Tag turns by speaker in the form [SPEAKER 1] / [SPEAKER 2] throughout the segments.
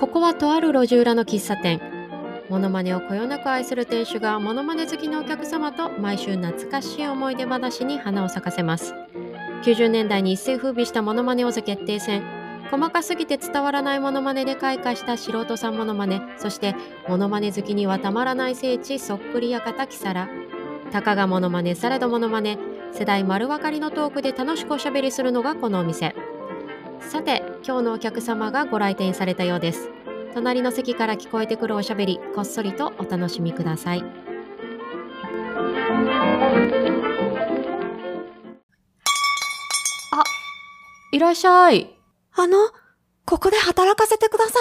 [SPEAKER 1] ここはとある路地裏の喫茶店。モノマネをこよなく愛する店主がモノマネ好きのお客様と毎週懐かしい思い出話に花を咲かせます。90年代に一世風靡したモノマネ王座決定戦。細かすぎて伝わらないモノマネで開花した素人さんモノマネ、そしてモノマネ好きにはたまらない聖地そっくり館キサラ。たかがモノマネ、されどモノマネ、世代丸分かりのトークで楽しくおしゃべりするのがこのお店。さて、今日のお客様がご来店されたようです。隣の席から聞こえてくるおしゃべり、こっそりとお楽しみください。あ、いらっしゃい。
[SPEAKER 2] あの、ここで働かせてくださ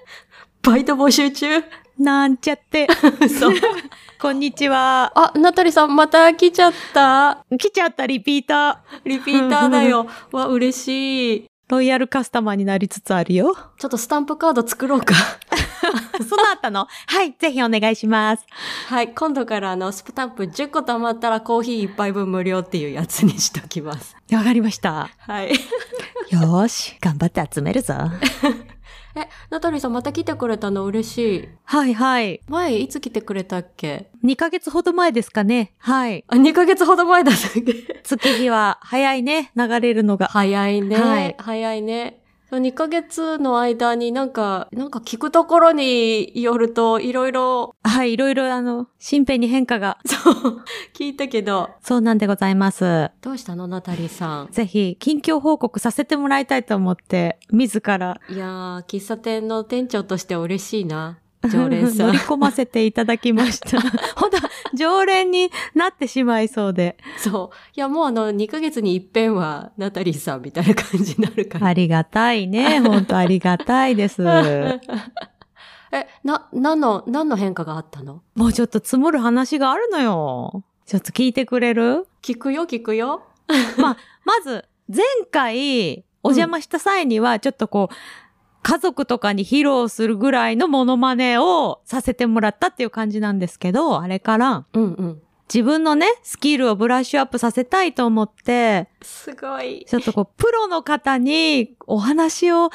[SPEAKER 1] バイト募集中。
[SPEAKER 2] い。なんちゃって。
[SPEAKER 1] そう。
[SPEAKER 2] こんにちは。
[SPEAKER 1] あ、ナタリさんまた来ちゃった。
[SPEAKER 2] 来ちゃったリピーター。
[SPEAKER 1] リピーターだ よ。わ、嬉しい。
[SPEAKER 2] ロイヤルカスタマーになりつつあるよ。
[SPEAKER 1] ちょっとスタンプカード作ろう か。
[SPEAKER 2] そうなったのはい、ぜひお願いします。
[SPEAKER 1] はい、今度からあの、スタンプ10個貯まったらコーヒー1杯分無料っていうやつにしときます。
[SPEAKER 2] わかりました。
[SPEAKER 1] はい。
[SPEAKER 2] よーし、頑張って集めるぞ。
[SPEAKER 1] え、ナタリーさんまた来てくれたの嬉しい。
[SPEAKER 2] はいはい。
[SPEAKER 1] 前、いつ来てくれたっけ
[SPEAKER 2] 2ヶ月ほど前ですかね。はい。
[SPEAKER 1] あ、2ヶ月ほど前だったっけ
[SPEAKER 2] 月日は早いね、流れるのが。
[SPEAKER 1] 早いね。
[SPEAKER 2] はい
[SPEAKER 1] 早いね。2ヶ月の間になんか、なんか聞くところによると、いろいろ、
[SPEAKER 2] はい、いろいろあの、身辺に変化が。
[SPEAKER 1] そう、聞いたけど、
[SPEAKER 2] そうなんでございます。
[SPEAKER 1] どうしたのナタリーさん。
[SPEAKER 2] ぜひ、近況報告させてもらいたいと思って、自ら
[SPEAKER 1] いやー、喫茶店の店長としては嬉しいな。常連さ
[SPEAKER 2] 乗
[SPEAKER 1] ん
[SPEAKER 2] り。込ませていただきま した。本当常連になってしまいそうで。
[SPEAKER 1] そう。いや、もうあの、2ヶ月に一遍は、ナタリーさんみたいな感じになるから。
[SPEAKER 2] ありがたいね。本当ありがた いです。
[SPEAKER 1] え、な、何の、何の変化があったの
[SPEAKER 2] もうちょっと積もる話があるのよ。ちょっと聞いてくれる
[SPEAKER 1] 聞くよ、聞くよ。
[SPEAKER 2] まず、前回、お邪魔した際には、ちょっとこう、家族とかに披露するぐらいのモノマネをさせてもらったっていう感じなんですけど、あれから、
[SPEAKER 1] うんうん。
[SPEAKER 2] 自分のね、スキルをブラッシュアップさせたいと思って、
[SPEAKER 1] すごい。
[SPEAKER 2] ちょっとこう、プロの方にお話を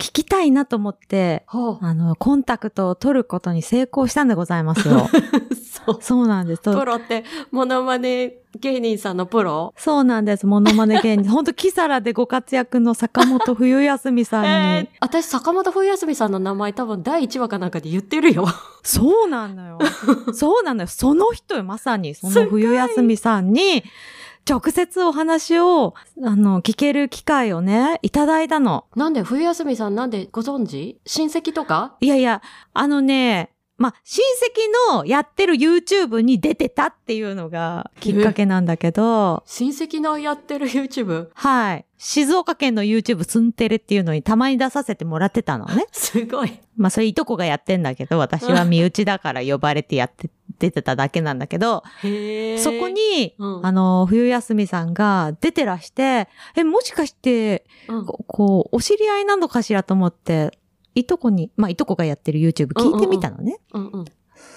[SPEAKER 2] 聞きたいなと思って、
[SPEAKER 1] ほう。
[SPEAKER 2] あの、コンタクトを取ることに成功したんでございま すよ。
[SPEAKER 1] そう。
[SPEAKER 2] そうなんです。と
[SPEAKER 1] プロって、モノマネ芸人さんのプロ
[SPEAKER 2] そうなんです。モノマネ 芸人。ほんと、キサラでご活躍の坂本冬休みさんに。
[SPEAKER 1] えー、私、坂本冬休みさんの名前多分第1話かなんかで言ってるよ。
[SPEAKER 2] そうなのよ。そうなのよ。その人よ、まさに。その冬休みさんに、直接お話を、あの、聞ける機会をね、いただいたの。
[SPEAKER 1] なんで、冬休みさんなんでご存知親戚とか
[SPEAKER 2] いやいや、あのね、まあ、親戚のやってる YouTube に出てたっていうのがきっかけなんだけど、
[SPEAKER 1] 親戚のやってる YouTube。
[SPEAKER 2] はい。静岡県の YouTube ツンテレっていうのにたまに出させてもらってたのね。
[SPEAKER 1] すごい。
[SPEAKER 2] まあ、それいとこがやってんだけど、私は身内だから呼ばれてやって、出てただけなんだけど、
[SPEAKER 1] へー
[SPEAKER 2] そこ、に、
[SPEAKER 1] うん
[SPEAKER 2] あの、冬休みさんが出てらして、え、もしかして、
[SPEAKER 1] うん
[SPEAKER 2] ここう、お知り合いなのかしらと思って、いとこに、まあ、いとこがやってる YouTube 聞いてみたのね。
[SPEAKER 1] うんうん。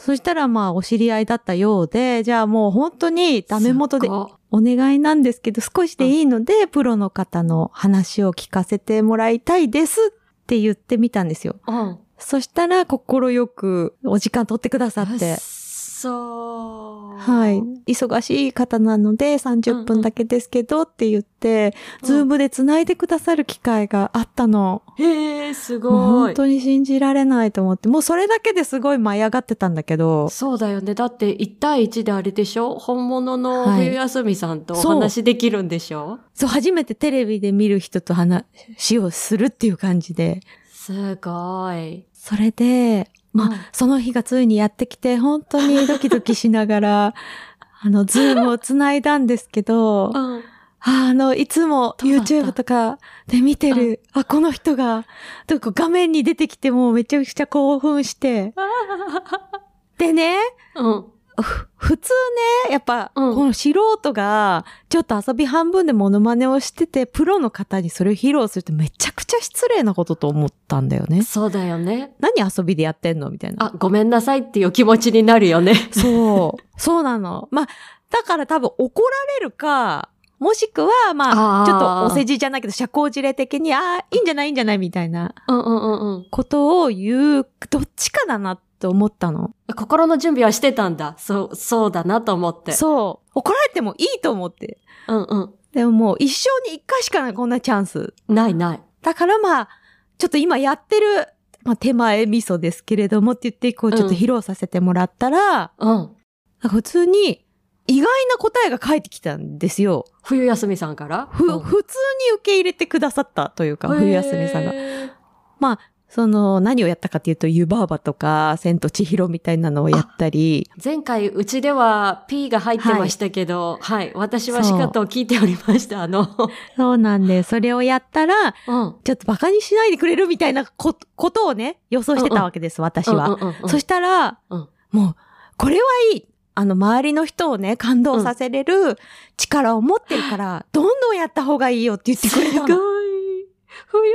[SPEAKER 2] そしたらまあお知り合いだったようで、じゃあもう本当にダメ元です
[SPEAKER 1] ご
[SPEAKER 2] お願いなんですけど、少しでいいので、プロの方の話を聞かせてもらいたいですって言ってみたんですよ。
[SPEAKER 1] うん。
[SPEAKER 2] そしたら心よくお時間取ってくださっ。
[SPEAKER 1] うってそう。
[SPEAKER 2] はい。忙しい方なので30分だけですけどって言って、ズームで繋いでくださる機会があったの。
[SPEAKER 1] へえ、す
[SPEAKER 2] もう
[SPEAKER 1] ごい
[SPEAKER 2] 本。当に信じられないと思って、もうそれだけですごい舞い上がってたんだけど。
[SPEAKER 1] そうだよね。だって1対1であれでしょ本物の
[SPEAKER 2] はい
[SPEAKER 1] 冬休みさんとお
[SPEAKER 2] そう
[SPEAKER 1] 話できるんでしょ、
[SPEAKER 2] そう、初めてテレビで見る人と話をするっていう感じで。
[SPEAKER 1] すごい。
[SPEAKER 2] それで、まあ、
[SPEAKER 1] うん
[SPEAKER 2] その日がついにやってきて、本当にドキドキしながら、 あの、ズームをつないだんですけど、あ
[SPEAKER 1] うん。
[SPEAKER 2] あの、いつも
[SPEAKER 1] どうだった
[SPEAKER 2] YouTube とかで見てる、あ、この人が、とか画面に出てきてもうめちゃくちゃ興奮して。でね、
[SPEAKER 1] うん。
[SPEAKER 2] ふ普通ね、やっぱ、
[SPEAKER 1] うん
[SPEAKER 2] この素人が、ちょっと遊び半分でモノマネをしてて、プロの方にそれを披露するってめちゃくちゃ失礼なことと思ったんだよね。
[SPEAKER 1] そうだよね。
[SPEAKER 2] 何遊びでやってんのみたいな。
[SPEAKER 1] あ、ごめんなさいっていう気持ちになるよね。
[SPEAKER 2] そう。そうなの。まあ、だから多分怒られるか、もしくは、ま
[SPEAKER 1] あー
[SPEAKER 2] あ、ちょっとお世辞じゃないけど、社交辞令的に、ああ、いいんじゃないいいんじゃないみたいな
[SPEAKER 1] うんうんうんうん。
[SPEAKER 2] ことを言う、どっちかだなと思ったの。
[SPEAKER 1] 心の準備はしてたんだ。そう、そうだなと思って。
[SPEAKER 2] そう。怒られてもいいと思って。
[SPEAKER 1] うんうん。
[SPEAKER 2] でももう一生に一回しかないこんなチャンス。
[SPEAKER 1] ないない。
[SPEAKER 2] だからまあ、ちょっと今やってる、まあ手前味噌ですけれどもって言って、こうちょっと披露させてもらったら、
[SPEAKER 1] うん。
[SPEAKER 2] なんか普通に意外な答えが返ってきたんですよ。
[SPEAKER 1] 冬休みさんから
[SPEAKER 2] ふ、
[SPEAKER 1] うん
[SPEAKER 2] 普通に受け入れてくださったというか、冬休みさんが。
[SPEAKER 1] へ
[SPEAKER 2] その、何をやったかっていうと、湯婆婆とか、千と千尋みたいなのをやった り、
[SPEAKER 1] ー前回、うちでは P が入ってましたけど、はい、私は仕方を聞いておりました。あの、
[SPEAKER 2] そうなんで、それをやったら、
[SPEAKER 1] うん。
[SPEAKER 2] ちょっとバカにしないでくれるみたいなこことをね、予想してたわけです、私は。
[SPEAKER 1] うんうんうんうん
[SPEAKER 2] そしたら、
[SPEAKER 1] うん
[SPEAKER 2] もう、これはいいあの、周りの人をね、感動させれる力を持ってるから、どんどんやった方がいいよって言ってくれ
[SPEAKER 1] す
[SPEAKER 2] た
[SPEAKER 1] ごい
[SPEAKER 2] の。。
[SPEAKER 1] 冬休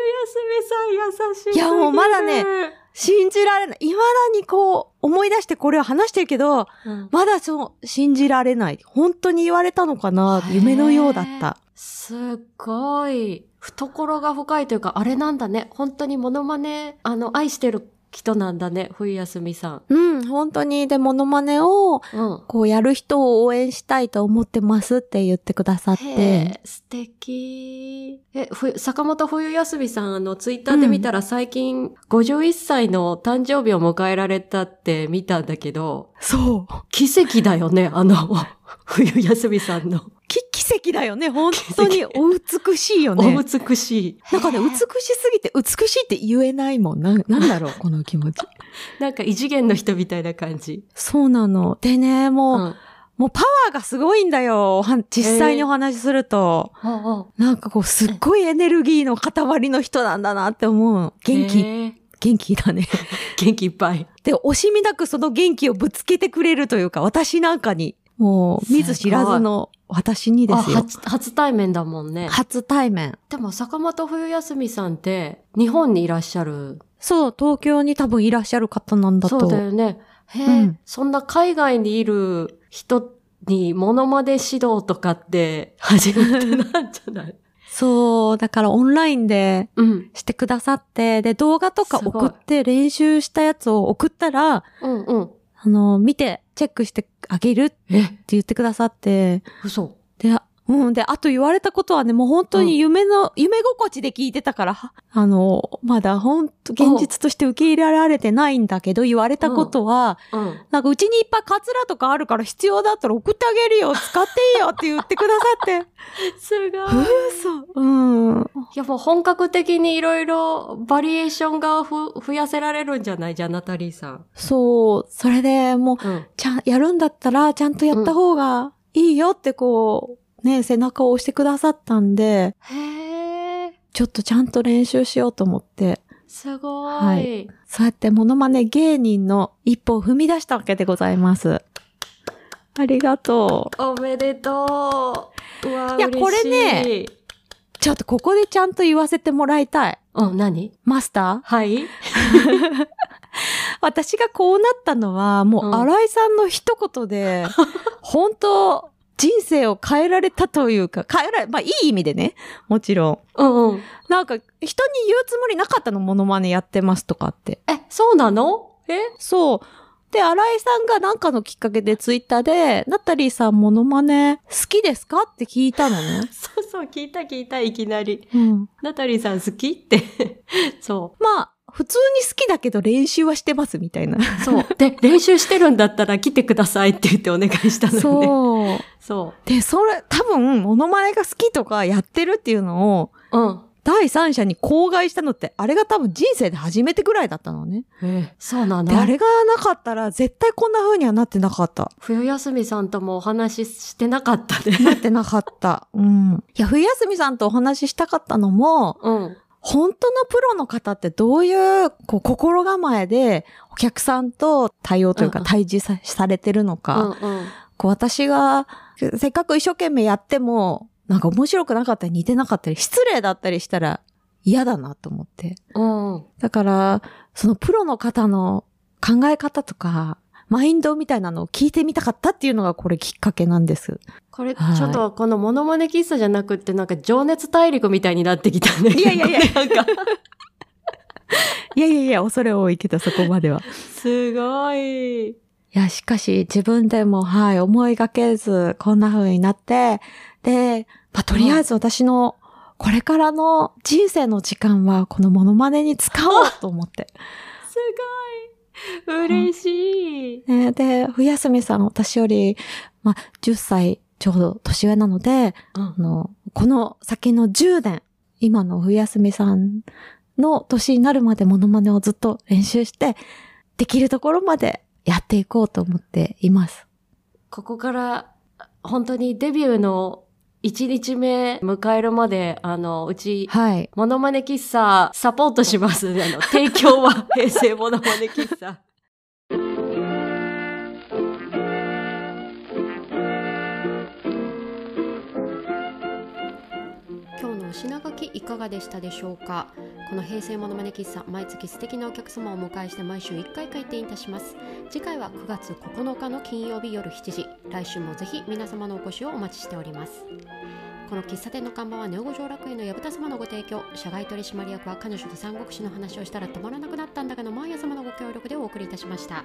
[SPEAKER 1] みさん優しい。
[SPEAKER 2] いやもうまだね、信じられない。未だにこう、思い出してこれを話してるけど、
[SPEAKER 1] うん
[SPEAKER 2] まだその、信じられない。本当に言われたのかな夢のようだった。
[SPEAKER 1] すっごい。懐が深いというか、あれなんだね。本当にモノマネ、あの、愛してる人なんだね。冬休みさん。
[SPEAKER 2] うん、本当に。で、モノマネを、
[SPEAKER 1] うん。
[SPEAKER 2] こう、やる人を応援したいと思ってますって言ってくださっ
[SPEAKER 1] へ
[SPEAKER 2] て。
[SPEAKER 1] え、素敵。え、ふ、坂本冬休みさん、あの、ツイッターで見たら最近、51歳の誕生日を迎えられたって見たんだけど、
[SPEAKER 2] そう。
[SPEAKER 1] 奇跡だよね、あの、 冬休みさんの。
[SPEAKER 2] き、奇跡だよね。本当に、お美しいよ
[SPEAKER 1] お
[SPEAKER 2] ね。
[SPEAKER 1] 美しい。
[SPEAKER 2] なんかね、
[SPEAKER 1] へえ
[SPEAKER 2] 美しすぎて、美しいって言えないもん。なん、なんだろ う、この気持ち。
[SPEAKER 1] なんか異次元の人みたいな感じ。
[SPEAKER 2] そうなの。でね、もう、
[SPEAKER 1] うん。
[SPEAKER 2] もうパワーがすごいんだよ。おは実際にお話しすると。なんかこう、すっごいエネルギーの塊の人なんだなって思う。元気、
[SPEAKER 1] へえ
[SPEAKER 2] 元気だ ね。
[SPEAKER 1] 元気いっぱい。
[SPEAKER 2] で、惜しみなくその元気をぶつけてくれるというか、私なんかに、もう、見ず知らずの私にで
[SPEAKER 1] あ
[SPEAKER 2] すよ。
[SPEAKER 1] 初初対面だもんね。
[SPEAKER 2] 初対面。
[SPEAKER 1] でも坂本冬休みさんって日本にいらっしゃる。
[SPEAKER 2] そう、東京に多分いらっしゃる方なんだと。
[SPEAKER 1] そうだよね。へえ、
[SPEAKER 2] うん
[SPEAKER 1] そんな海外にいる人にモノマネ指導とかって初めてなんじゃない
[SPEAKER 2] そう、だからオンラインで
[SPEAKER 1] うん。
[SPEAKER 2] してくださって、で、動画とか
[SPEAKER 1] すごい
[SPEAKER 2] 送って練習したやつを送ったら、
[SPEAKER 1] うんうん。
[SPEAKER 2] あの、見て、チェックしてあげるって
[SPEAKER 1] え、
[SPEAKER 2] 言ってくださって、
[SPEAKER 1] 嘘。
[SPEAKER 2] で、あうん、で、あと言われたことはね、もう本当に夢の、夢心地で聞いてたから、はあの、まだ本当、現実として受け入れられてないんだけど、言われたことは、
[SPEAKER 1] うん。
[SPEAKER 2] なんかうちにいっぱいカツラとかあるから必要だったら送ってあげるよ、使っていいよって言ってくださ って。
[SPEAKER 1] すごい。
[SPEAKER 2] 嘘。うん。
[SPEAKER 1] いやもう本格的にいろいろバリエーションがふ増やせられるんじゃないじゃあナタリーさん。
[SPEAKER 2] そう、それでもう、
[SPEAKER 1] うん。
[SPEAKER 2] ちゃん、やるんだったら、ちゃんとやった方がいいよってこう、ね、背中を押してくださったんで、
[SPEAKER 1] へえ、
[SPEAKER 2] ちょっとちゃんと練習しようと思って、
[SPEAKER 1] すごい。
[SPEAKER 2] はそうやってモノマネ芸人の一歩を踏み出したわけでございます。ありがとう。
[SPEAKER 1] おめでとう。うわ
[SPEAKER 2] い
[SPEAKER 1] 嬉
[SPEAKER 2] や
[SPEAKER 1] しい
[SPEAKER 2] これね。ちょっとここでちゃんと言わせてもらいたい。
[SPEAKER 1] うん、何
[SPEAKER 2] マスター
[SPEAKER 1] はい
[SPEAKER 2] 私がこうなったのは、も
[SPEAKER 1] うん
[SPEAKER 2] う新井さんの一 言で、本当人生を変えられたというか、変えられ、まあいい意味でね、もちろん。
[SPEAKER 1] うんうん。
[SPEAKER 2] なんか、人に言うつもりなかったの、モノマネやってますとかって。
[SPEAKER 1] え、そうなのえ。
[SPEAKER 2] そう。で、新井さんがなんかのきっかけでツイッターで、ナタリーさんモノマネ好きですかって聞いたのね
[SPEAKER 1] そうそう、聞いた聞いた、いきなり。
[SPEAKER 2] うん。
[SPEAKER 1] ナタリーさん好きって。 そ
[SPEAKER 2] まあ、普通に好きだけど練習はしてますみたいな。
[SPEAKER 1] う。そう。で、練習してるんだったら来てくださいって言ってお願いしたのよね。
[SPEAKER 2] そ
[SPEAKER 1] そ
[SPEAKER 2] う。で、それ、多分、モノマネが好きとかやってるっていうのを、
[SPEAKER 1] う。うん。
[SPEAKER 2] 第三者に口外したのって、あれが多分人生で初めてぐらいだったのね。
[SPEAKER 1] えそうな
[SPEAKER 2] で、あ
[SPEAKER 1] の
[SPEAKER 2] れがなかったら、絶対こんな風にはなってなかった。
[SPEAKER 1] 冬休みさんともお話ししてなかったね。
[SPEAKER 2] なってなかった。うん。いや、冬休みさんとお話ししたかったのも、
[SPEAKER 1] うん。
[SPEAKER 2] 本当のプロの方ってどういう、こう、心構えで、お客さんと対応という
[SPEAKER 1] う
[SPEAKER 2] か、
[SPEAKER 1] んうん
[SPEAKER 2] 対峙さされてるの
[SPEAKER 1] う
[SPEAKER 2] か、
[SPEAKER 1] んうん。
[SPEAKER 2] こう、私が、せっかく一生懸命やっても、なんか面白くなかったり、似てなかったり、失礼だったりしたら嫌だなと思って。
[SPEAKER 1] うん。
[SPEAKER 2] だから、そのプロの方の考え方とか、マインドみたいなのを聞いてみたかったっていうのがこれきっかけなんです。
[SPEAKER 1] これ、ち
[SPEAKER 2] はい
[SPEAKER 1] ょっとこのモノマネ喫茶じゃなくって、なんか情熱大陸みたいになってきたね。
[SPEAKER 2] いやい やいや
[SPEAKER 1] なんか、
[SPEAKER 2] いやいやいや、恐れ多いけどそこまでは。
[SPEAKER 1] すごい。
[SPEAKER 2] いや、しかし自分でも、はい、思いがけず、こんな風になって、で、まあ、とりあえず私の、これからの人生の時間は、このモノマネに使おうと思って。
[SPEAKER 1] すごい。嬉しい。
[SPEAKER 2] ね、で、冬休みさん、私より、まあ、10歳ちょうど年上なので、
[SPEAKER 1] うん
[SPEAKER 2] あの、この先の10年、今の冬休みさんの年になるまでモノマネをずっと練習して、できるところまでやっていこうと思っています。
[SPEAKER 1] ここから、本当にデビューの1日目迎えるまで、あの、うち、
[SPEAKER 2] はい。
[SPEAKER 1] モノマネ喫茶サポートします。あの、提供は平成モノマネ喫茶。今日のお品書きいかがでしたでしょうかこの平成モノマネ喫茶毎月素敵なお客様をお迎えして毎週1回開店いたします次回は9月9日の金曜日夜7時来週もぜひ皆様のお越しをお待ちしておりますこの喫茶店の看板はネオ五条楽園の矢蓋様のご提供社外取締役は彼女と三国志の話をしたら止まらなくなったんだがのマーヤ様のご協力でお送りいたしました